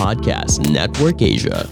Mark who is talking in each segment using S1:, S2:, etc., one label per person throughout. S1: Podcast Network Asia.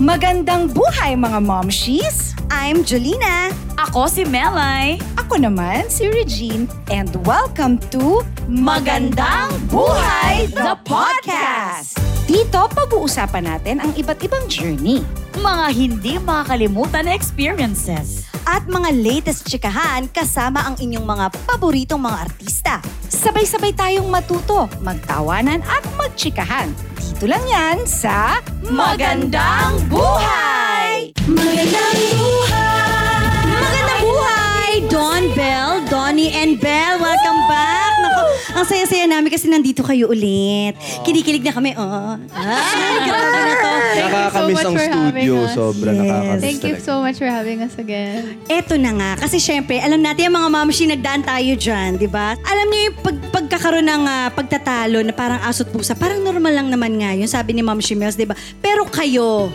S2: Magandang buhay mga momshies!
S3: I'm Jolina.
S4: Ako si Melay.
S2: Ako naman si Regine and welcome to
S4: Magandang Buhay, the podcast!
S2: Dito pag-uusapan natin ang iba't ibang journey.
S4: Mga hindi makakalimutan na experiences.
S3: At mga latest tsikahan kasama ang inyong mga paboritong mga artista.
S2: Sabay-sabay tayong matuto, magtawanan at magtsikahan. Dito lang yan sa
S4: Magandang Buhay!
S3: Magandang buhay! Magandang buhay! Don Bell, Donnie and Bell, welcome back! Naku, ang saya-saya namin kasi nandito kayo ulit. Kinikilig na kami, oh. Ay, grabe na to.
S5: Nakakamiss ang studio. Sobra
S3: Yes.
S5: nakakamiss
S6: Thank you
S5: talaga.
S6: so much for having us again.
S3: Eto na nga, kasi syempre, alam natin yung mga mamshi nagdaan tayo dyan, di ba? Alam niyo yung pag, pagkakaroon ng ah, pagtatalo na parang asot pusa, parang normal lang naman nga yun, sabi ni Ma'am Shimels, di ba? Pero kayo,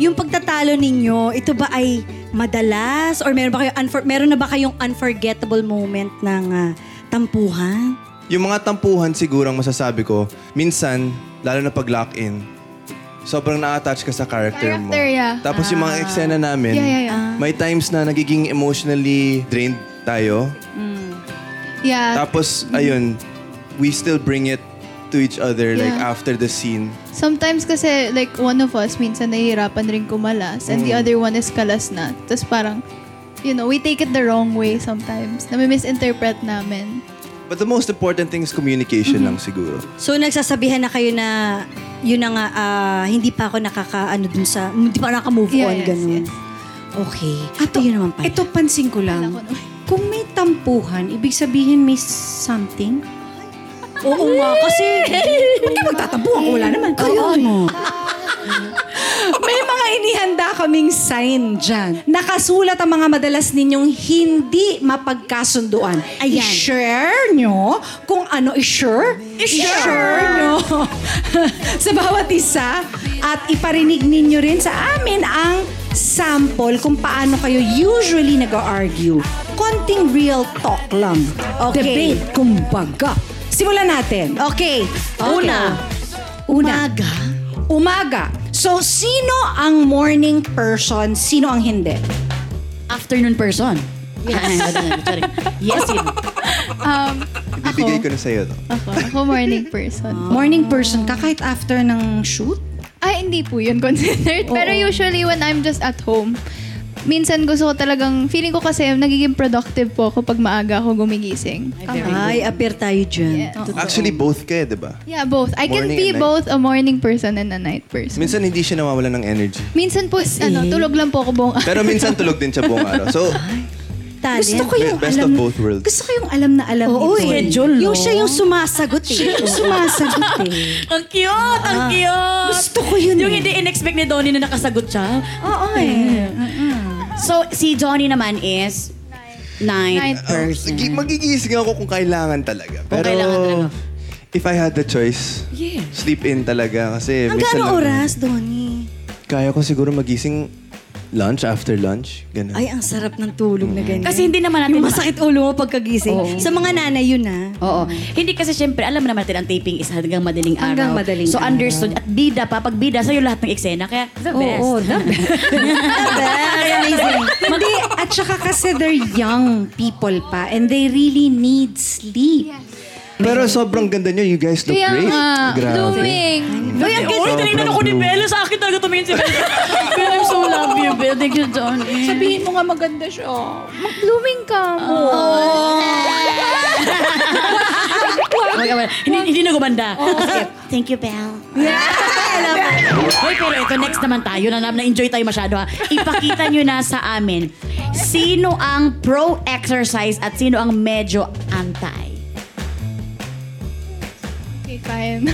S3: yung pagtatalo ninyo, ito ba ay madalas? Or meron, ba kayo unfor- meron na ba kayong unforgettable moment ng ah, tampuhan?
S5: Yung mga tampuhan siguro ang masasabi ko, minsan, lalo na pag lock-in, sobrang na-attach ka sa character, mo.
S6: Character, yeah. Ah.
S5: Tapos yung mga eksena namin,
S6: Yeah, yeah, yeah.
S5: may times na nagiging emotionally drained tayo.
S6: Yeah,
S5: Tapos, ayun, we still bring it to each other like
S6: Yeah.
S5: after the scene.
S6: sometimes kasi like one of us minsan nahihirapan rin kumalas and
S5: Mm.
S6: the other one is kalas na. Tapos parang, you know, we take it the wrong way sometimes. Nami-misinterpret namin.
S5: But the most important thing is communication
S6: Mm-hmm.
S5: lang siguro.
S3: So nagsasabihan na kayo na yun na nga ah, hindi pa ako nakakaano dun sa hindi pa ako move
S6: Yeah,
S3: on
S6: yes,
S3: ganun.
S6: yes.
S3: Okay. At yun naman pala.
S7: Ito, pansin ko lang.
S6: Ako naman.
S7: Kung may tampuhan, ibig sabihin may something?
S3: Oo nga kasi ano?
S7: Ba't ka magtatampo? Ako wala naman.
S3: Kaya mo.
S7: May mga inihanda kaming sign dyan. Nakasulat ang mga madalas ninyong hindi mapagkasunduan.
S3: Ayan.
S7: I-share nyo kung ano i-share. I-share nyo sa bawat isa. At iparinig ninyo rin sa amin ang sample kung paano kayo usually nag-argue. Konting real talk lang.
S3: Okay.
S7: Debate, kumbaga. Simulan natin.
S3: Okay. Una.
S7: Una.
S3: Umaga.
S7: Umaga. So, sino ang morning person? Sino ang hindi?
S4: Afternoon person.
S3: ano
S4: Yes. yes, yun.
S6: Um,
S5: Ibibigay ko na sa'yo to.
S6: ako, ako morning person.
S7: Morning person ka kahit after ng shoot?
S6: Ay, hindi po yun considered. Pero usually when I'm just at home, minsan gusto ko talagang, feeling ko kasi nagiging productive po ako pag maaga ako gumigising.
S3: Ay, appear tayo dyan.
S6: Yes.
S3: Totoo.
S5: Actually, both kayo, di ba?
S6: Yeah, both. I can
S5: Morning
S6: be
S5: and night.
S6: both a morning person and a night person.
S5: Minsan hindi siya nawawalan ng energy.
S6: Minsan po, ano, tulog lang po ako buong araw.
S5: Pero minsan tulog din siya buong araw. So,
S3: Talent.
S7: Gusto ko yung
S5: Best of
S7: alam,
S5: both worlds.
S7: Gusto ko yung alam na alam
S3: Oo, eh.
S7: nito.
S3: Yung siya yung sumasagot eh.
S7: Siya yung sumasagot eh.
S4: Ang cute!
S8: Ah,
S4: Ang cute!
S7: Gusto ko yun
S4: Yung
S7: eh.
S4: hindi in-expect ni Donnie na nakasagot siya.
S3: Oo eh.
S8: So, si Johnny naman is night
S6: Night.
S8: person.
S5: Gi- magigising ako kung kailangan talaga. Pero,
S8: kailangan talaga.
S5: if I had the choice, sleep in talaga. Kasi minsan
S3: Hanggang
S5: lang-
S3: oras, Donnie?
S5: Kaya ko siguro magising lunch, after lunch. Ganun.
S3: Ay, ang sarap ng tulog na ganyan.
S4: Kasi hindi naman natin...
S3: yung masakit ulo mo pagkagising.
S8: Oo.
S3: Sa mga nanay yun ah.
S8: Oo. Hindi kasi syempre, alam naman natin ang taping is hanggang madaling araw.
S3: Hanggang madaling
S8: so,
S3: araw.
S8: understood. At bida pa. Pag bida, sa'yo lahat ng eksena. Kaya, the best.
S3: Oo, the best. the best. Amazing.
S7: Hindi, at saka kasi they're young people pa and they really need sleep.
S5: Pero sobrang ganda nyo. You guys look
S6: Kaya
S5: great.
S6: nga, blooming.
S4: Uy, ang cute! Tinignan ako ni Bella. Sa akin talaga tumingin si Bella. Bella, I'm so love you, Bella. Thank you, Donnie.
S6: Sabihin mo nga maganda siya. Mag-blooming ka mo.
S4: Hindi, hindi na gumanda.
S8: Thank you, Belle.
S4: Hoy, pero ito next naman tayo. Na na enjoy tayo masyado ha.
S8: Ipakita nyo na sa amin sino ang pro-exercise at sino ang medyo anti.
S6: Okay, fine.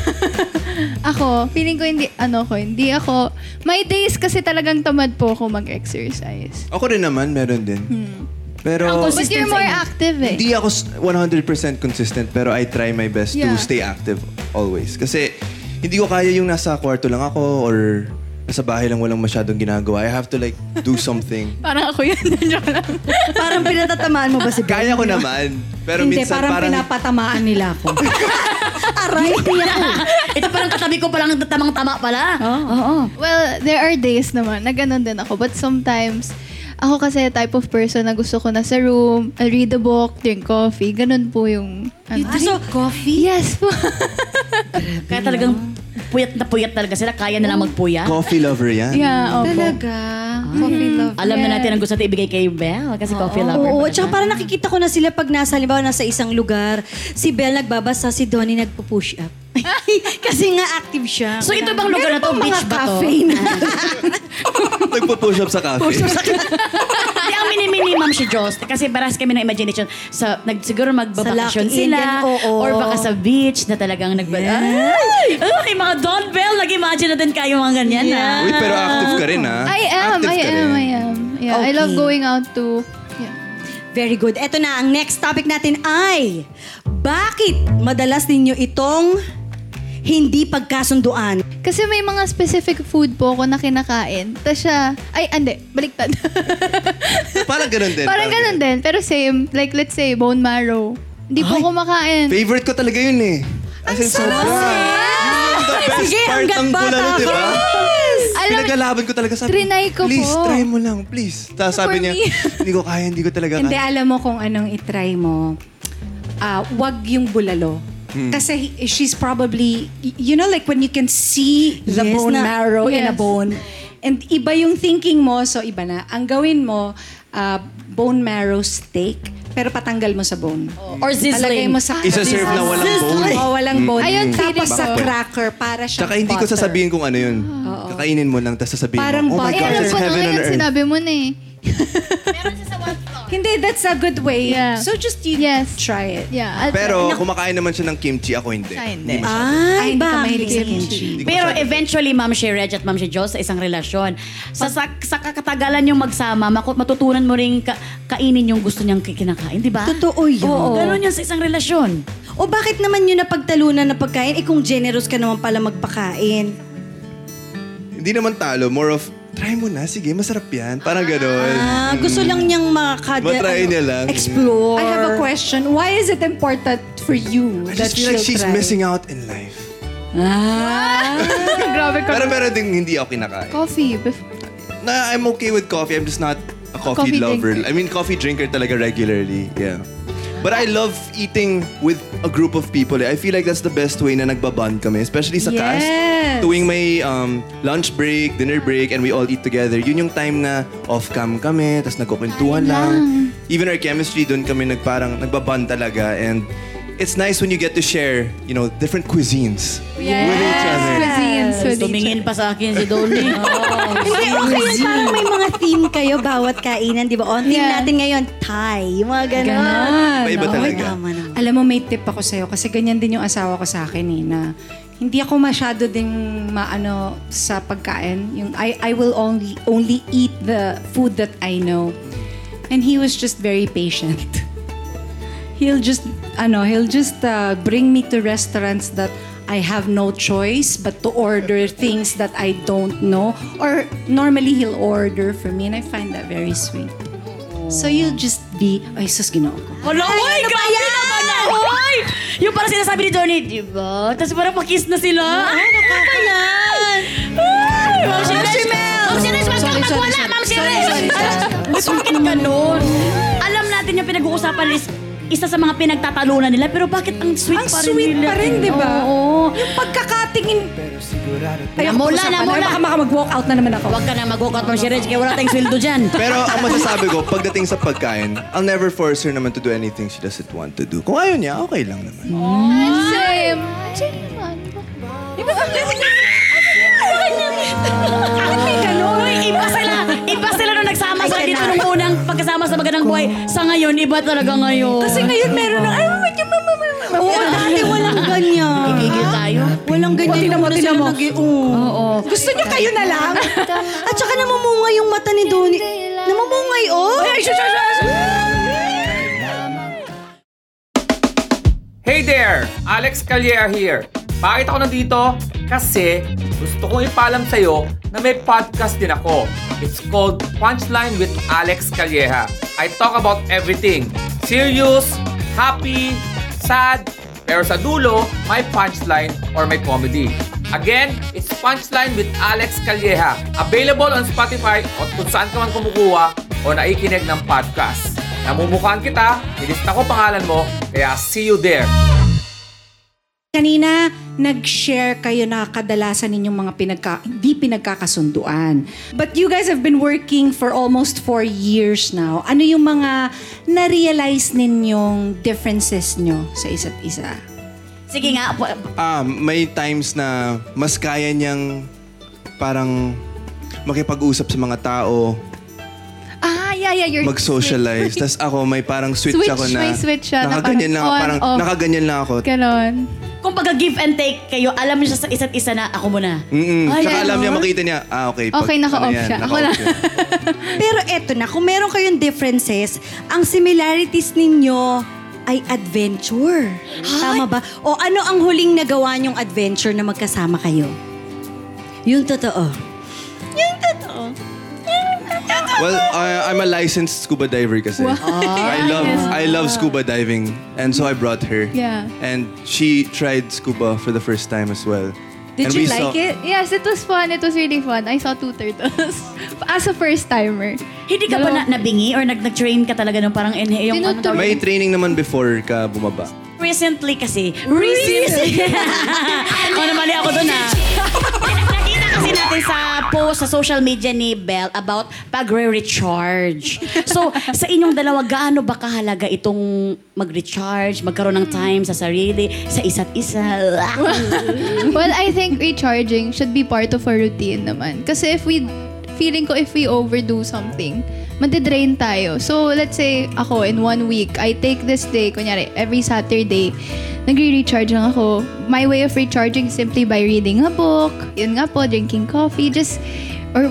S6: ako, feeling ko hindi, ano ko, hindi ako, my days kasi talagang tamad po ako mag-exercise.
S5: Ako rin naman, meron din. Pero,
S6: But you're more active eh.
S5: hindi ako s- 100% consistent. Pero I try my best to
S6: Yeah.
S5: stay active always. Kasi, hindi ko kaya yung nasa kwarto lang ako or nasa bahay lang walang masyadong ginagawa. I have to like do something.
S6: Parang ako yun. Joke lang.
S3: Parang pinatatamaan mo ba si Ben?
S5: Kaya ko naman. Pero
S7: Hindi,
S5: minsan
S7: parang,
S5: parang...
S7: pinapatamaan nila ako.
S3: Aray, tiyak ko.
S8: Ito parang katabi ko palang tamang-tama pala. Oo.
S6: Well, there are days naman na ganun din ako. But sometimes, ako kasi type of person na gusto ko na sa room, I'll read a book, drink coffee. Ganun po yung... Ano.
S3: coffee?
S6: Yes po.
S8: Kaya talagang puyat na puyat talaga sila. Kaya nila magpuya.
S5: Coffee lover yan.
S6: yeah, opo. Mm.
S3: Talaga. Coffee love.
S8: Alam na natin ang gusto natin ibigay kay Belle kasi coffee lover.
S3: Oo, at saka
S8: pala siya.
S3: parang nakikita ko na sila pag nasa, halimbawa, nasa isang lugar. Si Belle nagbabasa, si Donnie nagpo-push up. Kasi nga active siya.
S8: So ito bang lugar na to? Beach ba to?
S5: Nagpo-push up sa cafe.
S8: Hindi, ang mini-minimum si Joss. Kasi baras kami ng imagination. Sa, nag, siguro magbabakasyon
S3: Lucky Indian,
S8: sila.
S3: oo.
S8: Or baka sa beach na talagang nag... Ay! Ay, mga Don Bell, nag-imagine na din kayo mga ganyan. ah.
S5: Uy, pero active ka rin ah.
S6: I am,
S5: Active
S6: I
S5: ka
S6: am,
S5: rin.
S6: I am. Yeah, I love
S3: Okay.
S6: going out to... Yeah.
S3: Very good. Ito na, ang next topic natin ay, bakit madalas ninyo itong hindi pagkasunduan?
S6: Kasi may mga specific food po ako na kinakain. Tapos siya, ay, hindi, baliktad.
S5: Parang ganun din.
S6: Parang ganun din, pero same. Like, let's say, bone marrow. Hindi po ako makain.
S5: Favorite ko talaga yun eh. As in, sobra. Yun the best
S3: Sige,
S5: part
S3: hanggang
S5: ng diba?
S3: bata
S5: bulalo, di ba?
S3: ka.
S6: Alam-
S5: Pinaglalaban ko talaga sabi.
S6: Trinay ko
S5: please,
S6: po."
S5: try mo lang, please. Tapos sabi
S6: For
S5: niya,
S6: me.
S5: hindi ko kaya, hindi ko talaga
S7: Hindi,
S5: kaya.
S7: alam mo kung anong itry mo. Ah, wag yung bulalo.
S5: Hmm.
S7: Kasi he- she's probably, y- you know, like when you can see the
S3: Yes,
S7: bone
S3: na-
S7: marrow in a
S6: yes.
S7: bone. And iba yung thinking mo, so iba na. Ang gawin mo, ah, bone marrow steak, pero patanggal mo sa bone.
S8: Or sizzling.
S7: Palagay mo sa
S5: Isa-serve na walang bone.
S7: Oo, walang bone.
S6: Ayun,
S7: Tapos
S6: feeling
S7: sa
S6: ko.
S7: cracker, para siyang
S5: Tsaka hindi ko
S7: butter.
S5: sasabihin kung ano yun. Kakainin mo lang, tapos sasabihin
S7: Parang
S5: mo, oh my
S7: butter.
S6: Eh,
S5: God,
S6: alam
S5: it's
S6: ko na
S5: heaven on
S6: ngayon,
S5: earth.
S6: sinabi mo na eh.
S7: Hindi, that's a good way.
S6: Yeah.
S7: So just you
S6: Yes.
S7: try it.
S6: Yeah. I'll-
S5: Pero kumakain naman siya ng kimchi, ako hindi.
S6: Siya
S3: Ay,
S6: hindi.
S7: Ay, Ah, hindi ka
S3: bakit?
S7: mahilig sa kimchi.
S5: Hindi ko
S8: Pero
S5: masyado-
S8: eventually, Ma'am Sherry at Ma'am Joss sa isang relasyon. Sa, sa, sa kakatagalan yung magsama, maku- matutunan mo rin ka- kainin yung gusto niyang kinakain, di ba?
S3: Totoo yun.
S8: Oo. Ganun yun sa isang relasyon.
S3: O bakit naman yun napagtalunan na pagkain? Eh kung generous ka naman pala magpakain.
S5: Hindi naman talo, more of, try mo na, sige, masarap yan. Parang ganun.
S3: Ah, gusto lang niyang makaka- ano,
S5: Matry niya lang.
S3: Explore.
S7: I have a question. Why is it important for you
S5: I
S7: that
S5: just feel like
S7: she'll
S5: she's
S7: try?
S5: missing out in life.
S6: Grabe ka.
S5: Pero meron ding hindi ako kinakain.
S6: Coffee. bef-
S5: na I'm okay with coffee. I'm just not a coffee,
S6: Coffee
S5: lover.
S6: drinker.
S5: I mean, coffee drinker talaga regularly. Yeah. But I love eating with a group of people. I feel like that's the best way na nagbaband kami. Especially sa cast. Tuwing may um, lunch break, dinner break, and we all eat together, yun yung time na off-cam kami, tapos nagkukwentuhan lang. Even our chemistry, doon kami nagparang, nagbaband talaga. And it's nice when you get to share, you know, different cuisines with each other.
S6: Cuisines. with each
S8: Tumingin pa sa akin si Dolly.
S3: Hindi, okay yun. Parang may mga theme kayo bawat kainan, di ba? O, ang theme
S6: Yeah.
S3: natin ngayon, Thai. Yung mga ganun.
S5: Iba-iba
S3: Oo,
S5: talaga.
S3: tama naman.
S7: Ano? Alam mo, may tip ako sa'yo kasi ganyan din yung asawa ko sa akin eh, na hindi ako masyado ding maano sa pagkain. Yung I, I will only, only eat the food that I know. And he was just very patient. He'll just, ano, he'll just uh, bring me to restaurants that I have no choice but to order things that I don't know. Or normally he'll order for me and I find that very sweet. So you'll just be, ay sus, ginoo ko.
S8: Wala, oy, grabe naman na, oy! Yung parang sinasabi ni Donnie, di ba? Tapos parang pakiss na sila.
S7: Ah,
S8: Ay, ano ka pa yan? Ma'am Shimel! Ma'am Shimel, wag kang magwala, Ma'am Shimel! Bakit ganun? Alam natin yung pinag-uusapan is isa sa mga pinagtatalunan nila, pero bakit ang sweet
S7: Ang
S8: pa rin
S7: sweet
S8: nila?
S7: pa rin, di ba?
S8: Oo.
S7: Yung pagkakatingin. Ay,
S8: Namula,
S7: usapan na,
S8: namula.
S7: Baka mag-walk out na naman ako.
S8: Huwag ka na mag-walkout, Ma'am Shimel, kaya wala tayong sweldo dyan.
S5: Pero ang masasabi ko, pagdating sa pagkain, I'll never force her naman to do anything she doesn't want to do. Kung ayaw niya, okay lang naman.
S6: Same. Same naman.
S8: Uy, iba sila. Iba sila nung nagsama sa dito nung unang pagkasama sa magandang buhay. Sa ngayon, iba talaga ngayon.
S7: Kasi ngayon meron ng, ay, wait, yung mama, mama, mama.
S3: Oo, dati walang ganyan.
S8: Gigil tayo.
S3: Walang ganyan.
S7: Tingnan mo,
S3: Una
S7: tingnan
S3: sila
S7: mo.
S3: nag- Oo.
S7: Gusto niya kayo na lang.
S3: At saka namumunga yung mata ni Donnie. Namumungay, oh!
S9: Hey there! Alex Calleja here. Bakit ako nandito? Kasi gusto kong ipaalam sa'yo na may podcast din ako. It's called Punchline with Alex Calleja. I talk about everything. Serious, happy, sad, pero sa dulo, may punchline or may comedy. Again, it's Punchline with Alex Calleja. Available on Spotify o kung saan ka man kumukuha o naikinig ng podcast. Namumukhaan kita, nilista ko pangalan mo, kaya see you there.
S7: Kanina, nag-share kayo na kadalasan ninyong mga pinagka, hindi pinagkakasunduan. But you guys have been working for almost four years now. Ano yung mga na-realize ninyong differences nyo sa isa't isa?
S8: Sige nga, po-
S5: Ah, may times na mas kaya niyang parang makipag-usap sa mga tao,
S6: Ah, yeah, yeah. You're
S5: mag-socialize. Tapos ako, may parang switch,
S6: Switch,
S5: ako na.
S6: may switch siya na
S5: Nakaganyan lang,
S6: parang on,
S5: parang,
S6: off.
S5: nakaganyan lang ako.
S6: Ganon.
S8: kung pagka give and take kayo, alam niyo siya sa isa't isa na ako muna.
S5: Mm-mm.
S6: Ay,
S5: Tsaka alam niya,
S6: ganon.
S5: makita niya, ah, okay.
S6: Okay, naka-off
S5: yan,
S6: siya. Ako
S5: naka-off
S6: lang.
S5: siya.
S3: Pero eto na, kung meron kayong differences, ang similarities ninyo ay adventure. Tama ba? O ano ang huling nagawa niyong adventure na magkasama kayo? Yung totoo.
S5: Well, I, I'm a licensed scuba diver kasi. I love I love scuba diving, and so I brought her.
S6: Yeah.
S5: And she tried scuba for the first time as well. And
S7: Did
S5: we
S7: you like
S5: saw-
S7: it?
S6: Yes, it was fun. It was really fun. I saw two turtles as a first timer.
S8: Hindi ka ba na, nabingi or nag- nag-train ka talaga ng parang in yung ano
S6: Tinutuloy.
S5: May training naman before ka bumaba.
S8: Recently kasi. Recently? o, namali ako doon ah. Nakita kasi natin sa post sa social media ni Belle about pagre-recharge. So, sa inyong dalawa, gaano ba kahalaga itong mag-recharge, magkaroon ng time sa sarili, sa isa't isa?
S6: well, I think recharging should be part of our routine naman. Kasi if we, feeling ko if we overdo something, madidrain tayo. So, let's say ako, in one week, I take this day, kunyari, every Saturday, nagre-recharge lang ako. My way of recharging is simply by reading a book, yun nga po, drinking coffee, just, or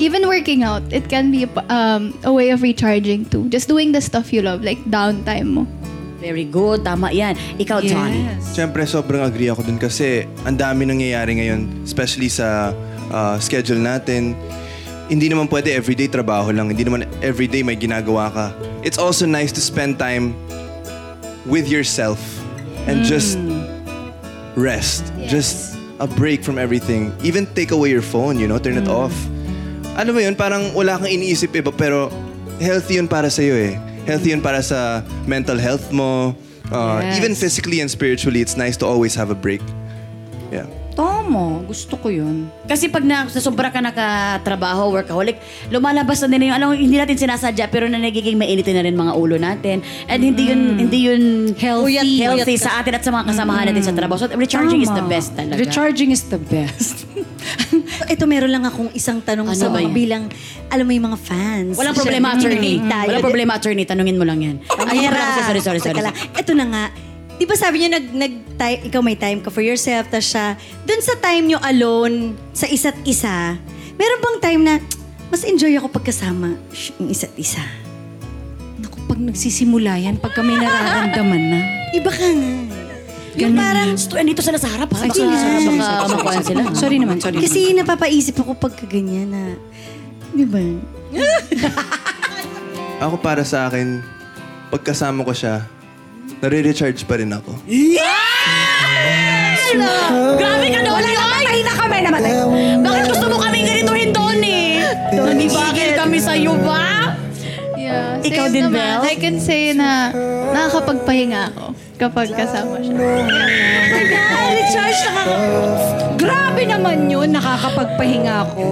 S6: even working out, it can be a p- um, a way of recharging too. Just doing the stuff you love, like downtime mo.
S8: Very good. Tama yan. Ikaw, Johnny.
S5: Siyempre, sobrang agree ako dun kasi ang dami nangyayari ngayon, especially sa ah, schedule natin. Hindi naman pwede everyday trabaho lang. Hindi naman everyday may ginagawa ka. It's also nice to spend time with yourself and just rest. Just a break from everything. Even take away your phone, you know, turn it off. Ano mo yun, parang wala kang iniisip iba pero healthy yun para sa'yo eh. Healthy yun para sa mental health mo. Uh, Even physically and spiritually, it's nice to always have a break. Yeah.
S7: Tomo, gusto ko yun.
S8: Kasi pag na, sobra ka nakatrabaho, workaholic, lumalabas na din yung, alam, mo, hindi natin sinasadya, pero na nagiging mainitin na rin mga ulo natin. And hindi yun, hindi yun healthy, healthy sa atin at sa mga kasamahan natin sa trabaho. So, recharging is the
S7: Tama.
S8: best talaga.
S7: Recharging is the best.
S3: Ito meron lang akong isang tanong
S8: Ano
S3: sa
S8: ba
S3: mga
S8: yan?
S3: bilang, alam mo yung mga fans.
S8: Walang problema,
S3: Siyempre,
S8: attorney.
S3: nakikinig tayo.
S8: Walang problema, attorney. Tanungin mo lang yan. Ay,
S3: Mira,
S8: wala kasi, sorry, sorry, sorry.
S3: teka lang. Ito na nga, di ba sabi niyo nag, nag ti- ikaw may time ka for yourself, tapos siya, dun sa time niyo alone, sa isa't isa, meron bang time na, "Tsk, mas enjoy ako pagkasama sh- yung isa't isa.
S7: Naku, pag nagsisimula yan, pag kami nararamdaman na.
S3: Iba ka nga.
S8: Yung parang, sto, andito sila sa harap, ha? Baka,
S3: sige.
S8: baka makuhaan sila.
S7: Sorry naman, sorry.
S3: Kasi napapaisip ako pagka ganyan na, di ba?
S5: Ako para sa akin, pagkasama ko siya, nare-recharge pa rin ako.
S8: Grabe ka, Donnie! Namatay na kami, namatay. Bakit gusto mo kaming ganituhin, Donnie? Donnie, bakit kami sa'yo ba?
S6: Yeah,
S8: Ikaw
S6: same
S8: din,
S6: naman.
S8: Belle?
S6: I can say na nakakapagpahinga ako kapag kasama siya.
S8: Oh
S7: recharge na Grabe naman yun, nakakapagpahinga ako.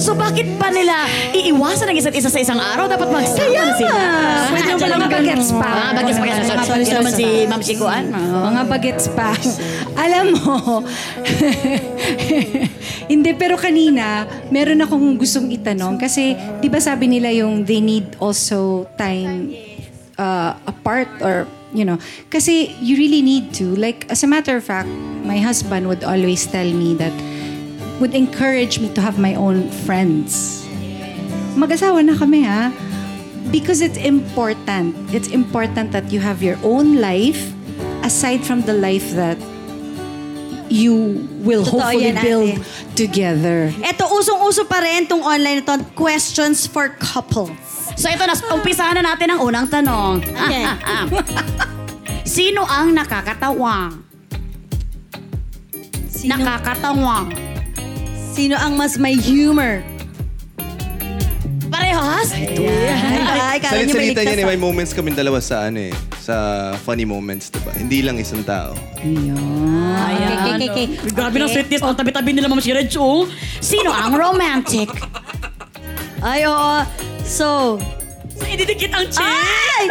S8: So bakit pa nila iiwasan ang isa't isa sa isang araw? Dapat magsama sila.
S7: Pwede mo palang bagets pa.
S8: Mga bagets pa. Ah, Sorry, sorry, sorry naman si Ma'am Sikuan.
S7: Mga bagets pa. Alam mo, hindi, pero kanina, meron akong gustong itanong. Kasi, di ba sabi nila yung they need also time uh, apart or, you know. Kasi, you really need to. Like, as a matter of fact, my husband would always tell me that, would encourage me to have my own friends. Mag-asawa na kami, ha? Because it's important. It's important that you have your own life aside from the life that you will
S3: Totoo
S7: hopefully
S3: yan, ate.
S7: build together.
S3: Eto, usong-uso pa rin tong online na to, questions for couples.
S8: So ito, nas umpisahan na natin ang unang tanong. Ah,
S3: Okay.
S8: ah, ah. Sino ang nakakatawa?
S3: Sino,
S8: Nakakatawa.
S3: sino ang mas may humor?
S8: Parehas?
S3: Ay, kala niyo Ah, baligtas
S5: Salit-salita niyan eh,
S7: ah.
S3: ako.
S5: may moments kami dalawa sa ano eh, sa funny moments, diba? Hindi lang isang tao.
S3: Okay, okay, okay, okay.
S4: Grabe ng sweetness. Ang tabi-tabi nila, Ma'am Shirage, oh.
S8: Sino ang romantic?
S3: Ay, oo. So,
S4: Ididikit ang chin.
S3: ay!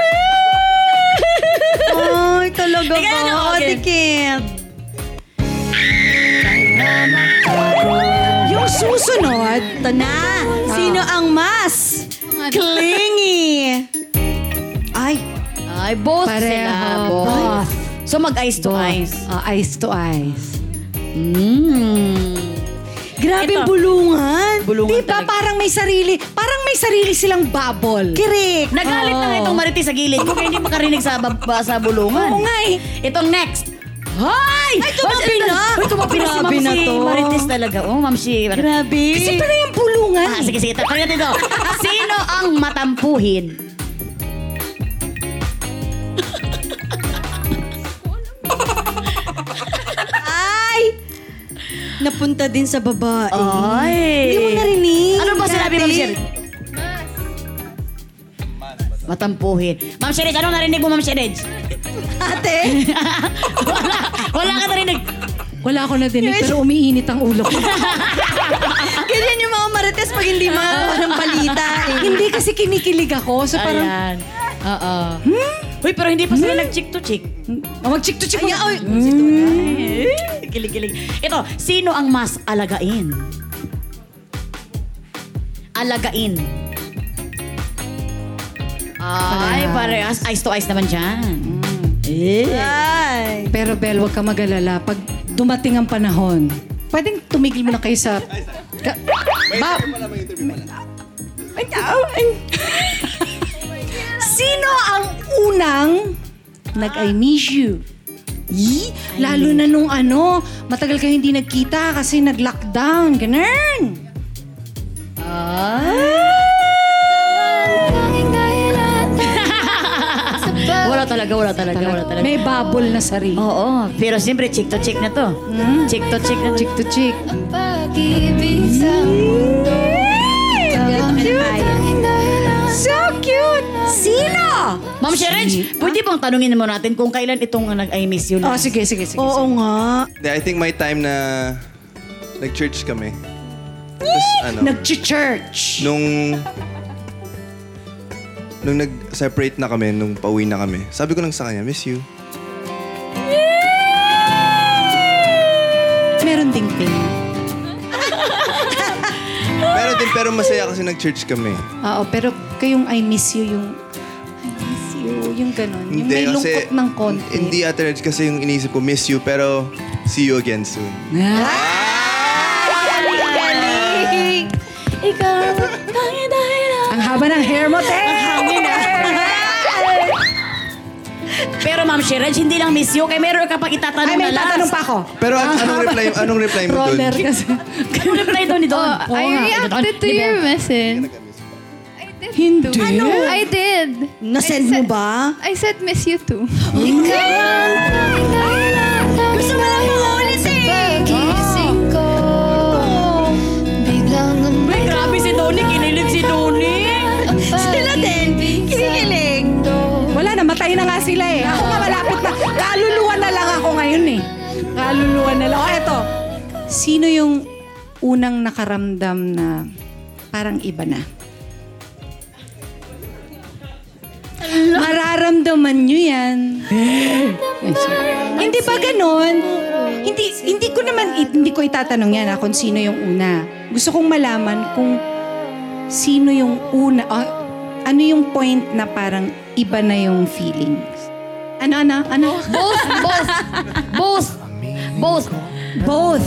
S3: Ay, talaga ba?
S4: Tingnan
S8: oh,
S4: mo, okay.
S3: Dikit.
S7: Yung susunod,
S3: Ito na.
S8: Ah.
S3: Sino ang mas clingy? Ay,
S4: Ay, both
S7: Pareho, both.
S4: So mag-eyes to eyes.
S7: Ah, eyes to eyes.
S3: grabe
S4: Ito.
S3: bulungan.
S4: Bulungan
S7: Di ba
S4: talaga.
S7: parang may sarili, parang may sarili silang bubble.
S3: Kirik.
S8: Nagalit na nga
S3: Oh.
S8: itong mariti sa gilid ko kaya hindi makarinig sa, bab- sa bulungan.
S7: Oo nga eh.
S8: Itong next. Hoy! Ay,
S3: tumabi na.
S8: Uy, tumabi na si
S3: Grabe
S8: Ma'am
S3: na
S8: si
S3: to.
S8: Marites talaga. Oo, Ma'am si Marites.
S3: Grabe.
S7: Kasi parang yung bulungan.
S8: Ah, sige, sige. Tapos natin to. Sino ang matampuhin?
S3: Ay! Napunta din sa babae.
S8: Ay.
S3: Hindi mo narinig.
S8: Ano ba sinabi, Ma'am
S3: Dati.
S8: Sherry? Matampuhin. Ma'am Sherry, anong narinig mo, Ma'am Sherry?
S3: Ate?
S8: wala, wala ka narinig.
S4: Wala ko na dinig, pero umiinit ang ulo ko.
S3: Ganyan yung mga marites pag hindi mga parang balita eh.
S7: Hindi kasi kinikilig ako. So parang,
S4: Ayan. Oo.
S8: Uy, pero hindi pa sila nag-chick to chick.
S7: oh, mag-chick-to-chick.
S4: ah,
S3: Ay, ay,
S8: Hmm?
S7: Hmm.
S8: Kilig-kilig. Eh, Ito, sino ang mas alagain? Alagain. Ay, parehas. Eyes to eyes naman dyan.
S3: ay.
S7: Pero Bel, huwag ka magalala. Pag dumating ang panahon, pwedeng tumigil mo na kayo sa... Ka- ba- Sino ang unang nag-I miss you? Yi? Lalo na nung ano, matagal kayo hindi nagkita kasi nag-lockdown. Ganun.
S8: Wala talaga, wala talaga, wala talaga.
S7: May bubble na sarili.
S8: Oo, pero siyempre chick to chick na to. Chick to chick na to.
S7: Chick to chick.
S6: Hmm?
S3: So cute! Sino?
S8: Ma'am Sherridge, pwede bang tanungin mo natin kung kailan itong ah, nag-I miss you
S7: Oh,
S8: last?
S7: sige, sige, sige.
S3: Oo nga.
S5: Hindi, I think my time na nag-church kami. Tapos ano,
S7: Nag-church.
S5: nung nung nag-separate na kami, nung pauwi na kami, sabi ko lang sa kanya, miss you.
S7: Meron ding ping.
S5: Pero din, pero masaya kasi nag-church kami.
S7: Oo, pero kayong I miss you yung... I miss you, yung ganun. Yung may lungkot ng konti.
S5: Hindi Ate Reg, kasi yung iniisip ko, miss you, pero see you again soon.
S7: Ah,
S8: Ah,
S7: Ang haba ng hair mo, te!
S3: ah.
S8: Pero Ma'am Sherridge, hindi lang miss you, kaya meron ka pang itatanong
S7: Ay, may
S8: na last.
S7: tatanong pa ako.
S5: Pero an- anong reply, anong reply mo dun?
S7: Roller kasi.
S8: Ano reply doon ni Don?
S6: Oh, I reacted to your message.
S7: Hindi.
S6: Ano? I did.
S3: Nasend mo ba?
S6: I said miss you too.
S3: Gusto mo lang ulit eh!
S4: Ay, grabe si Donnie. Kinilig si Donnie.
S3: Sila din. Kinikilig.
S7: Wala na, matay na nga sila eh. Ako nga malapit na. Kaluluwa na lang ako ngayon eh. Kaluluwa na lang. O, eto. Sino yung unang nakaramdam na parang iba na? Mararamdaman nyo yan. hindi ba ganon? Hindi, hindi ko naman, hindi ko itatanong yan ha, kung sino yung una. Gusto kong malaman kung sino yung una, o, ano yung point na parang iba na yung feelings? Ano, ano, ano?
S8: Both, both, both, both.
S7: Both.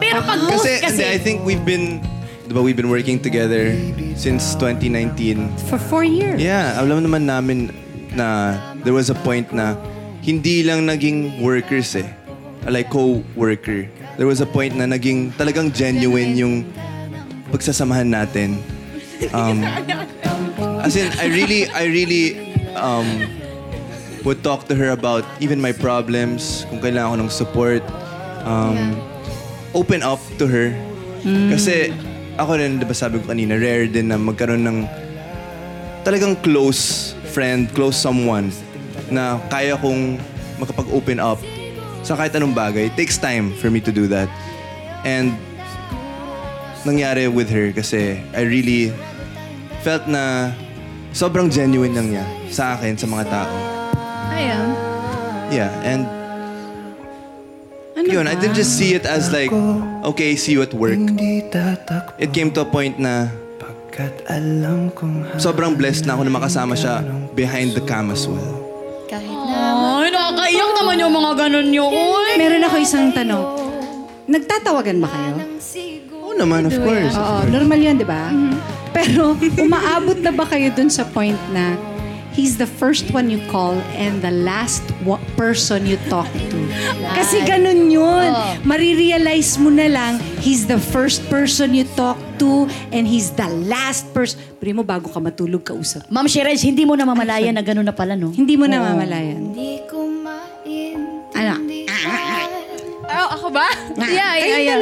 S8: Pero pag both
S5: Kasi,
S8: kasi,
S5: hindi, I think we've been, di ba, we've been working together since 2019.
S7: For four years.
S5: Yeah, alam naman namin na there was a point na hindi lang naging workers eh. like co-worker. There was a point na naging talagang genuine yung pagsasamahan natin. Um, as in, I really, I really um, would talk to her about even my problems, kung kailangan ko ng support. Um, Open up to her. Kasi ako rin, di ba sabi ko kanina, rare din na magkaroon ng talagang close friend, close someone na kaya kong makapag-open up sa kahit anong bagay. It takes time for me to do that. And nangyari with her kasi I really felt na sobrang genuine lang niya sa akin, sa mga tao.
S6: Ayan.
S5: Yeah, and
S7: Ano?
S5: yun, I didn't just see it as like, okay, see you at work. It came to a point na sobrang blessed na ako na makasama siya behind the cam as well.
S4: Ay, nakakaiyak naman yung mga ganun yun. Uy!
S7: Meron ako isang tanong. Nagtatawagan ba kayo?
S5: Oo naman, of course.
S7: Oo, normal yun, di ba? Pero umaabot na ba kayo dun sa point na he's the first one you call and the last wa- person you talk to? Kasi ganun yun. Marirealize mo na lang, he's the first person you talk to and he's the last person. Primo, bago ka matulog, kausap.
S8: Ma'am Shirez, hindi mo namamalayan na gano'n na pala, no?
S7: Hindi mo namamalayan. Ano?
S6: Oh, ako ba? Yeah, yeah, yeah.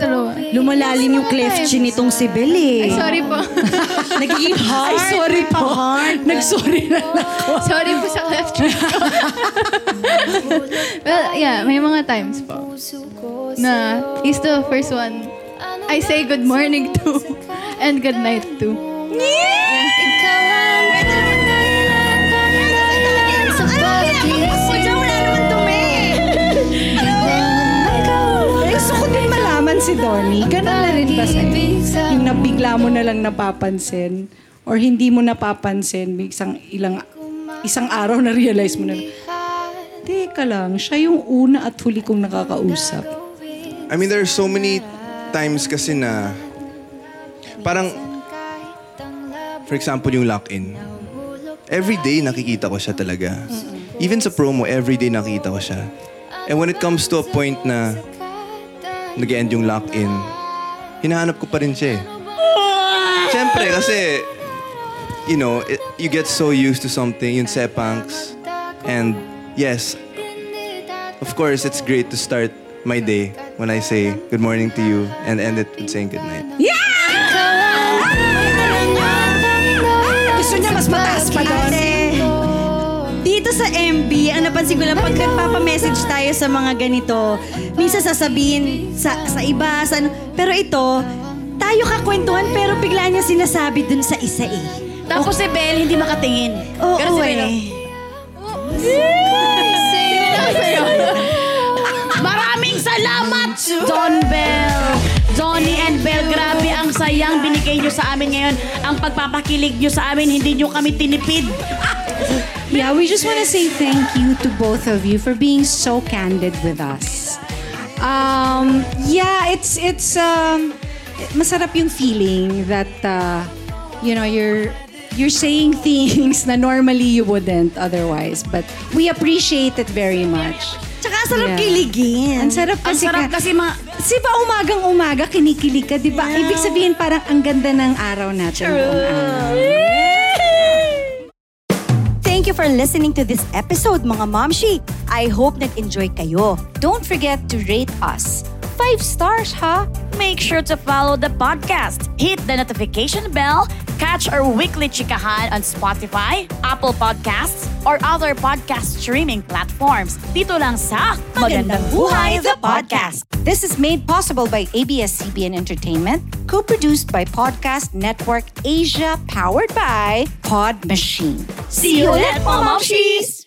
S6: Dalawa.
S3: Lumalalim yung cleft chin nitong si Bel
S6: Ay,
S3: eh.
S6: sorry po.
S3: Nagiging hard. Ay, sorry pa. Hard.
S7: Nag-sorry na lang.
S6: sorry po sa cleft chin ko. well, yeah, may mga times po na he's the first one I say good morning to and good night to.
S7: Gusto ko din malaman si Donnie. Ganun na rin ba sa'yo? Yung nabigla mo na lang napapansin or hindi mo napapansin isang ilang isang araw na realize mo na lang, Teka lang, siya yung una at huli kong nakakausap.
S5: I mean, there are so many times kasi na parang, for example, yung lock-in. Every day nakikita ko siya talaga. Even sa promo, every day nakikita ko siya. And when it comes to a point na nag-end yung lock-in, hinahanap ko pa rin siya eh. Siyempre, kasi, you know, it- you get so used to something, yung sepangs. And yes, Of course, it's great to start my day when I say good morning to you and end it with saying good night.
S3: Gusto niya mas mataas pa doon. Dito sa MB, ang napansin ko lang, pag nagpapamessage tayo sa mga ganito, minsan sasabihin sa, sa iba, sa ano. Pero ito, tayo kakwentuhan pero bigla niya sinasabi dun sa isa eh.
S8: Tapos si Bel, hindi makatingin.
S3: Oo
S8: Ganun si Bel, no?
S3: eh.
S8: Maraming salamat, Don Bell! Johnny and Bell, grabe ang sayang binigay nyo sa amin ngayon. Ang pagpapakilig nyo sa amin, hindi nyo kami tinipid.
S7: Yeah, we just want to say thank you to both of you for being so candid with us. Um, yeah, it's it's um, masarap yung feeling that uh, you know you're you're saying things na normally you wouldn't otherwise, but we appreciate it very much.
S3: Tsaka ang sarap
S7: Yeah.
S3: kiligin.
S7: Ang sarap kasi,
S8: Sarap
S7: ka-
S8: kasi ma...
S7: kasi ba umagang-umaga kinikilig ka, 'di ba? Ibig sabihin parang ang ganda ng araw natin. buong araw.
S2: Thank you for listening to this episode, mga momshi. I hope nag-enjoy kayo. Don't forget to rate us. Five stars, ha?
S8: Make sure to follow the podcast. Hit the notification bell. Catch our weekly chikahan on Spotify, Apple Podcasts, or other podcast streaming platforms. Dito lang sa Magandang Buhay The Podcast.
S2: This is made possible by ABS-CBN Entertainment, co-produced by Podcast Network Asia, powered by Pod Machine.
S8: See you ulit, mga momshies!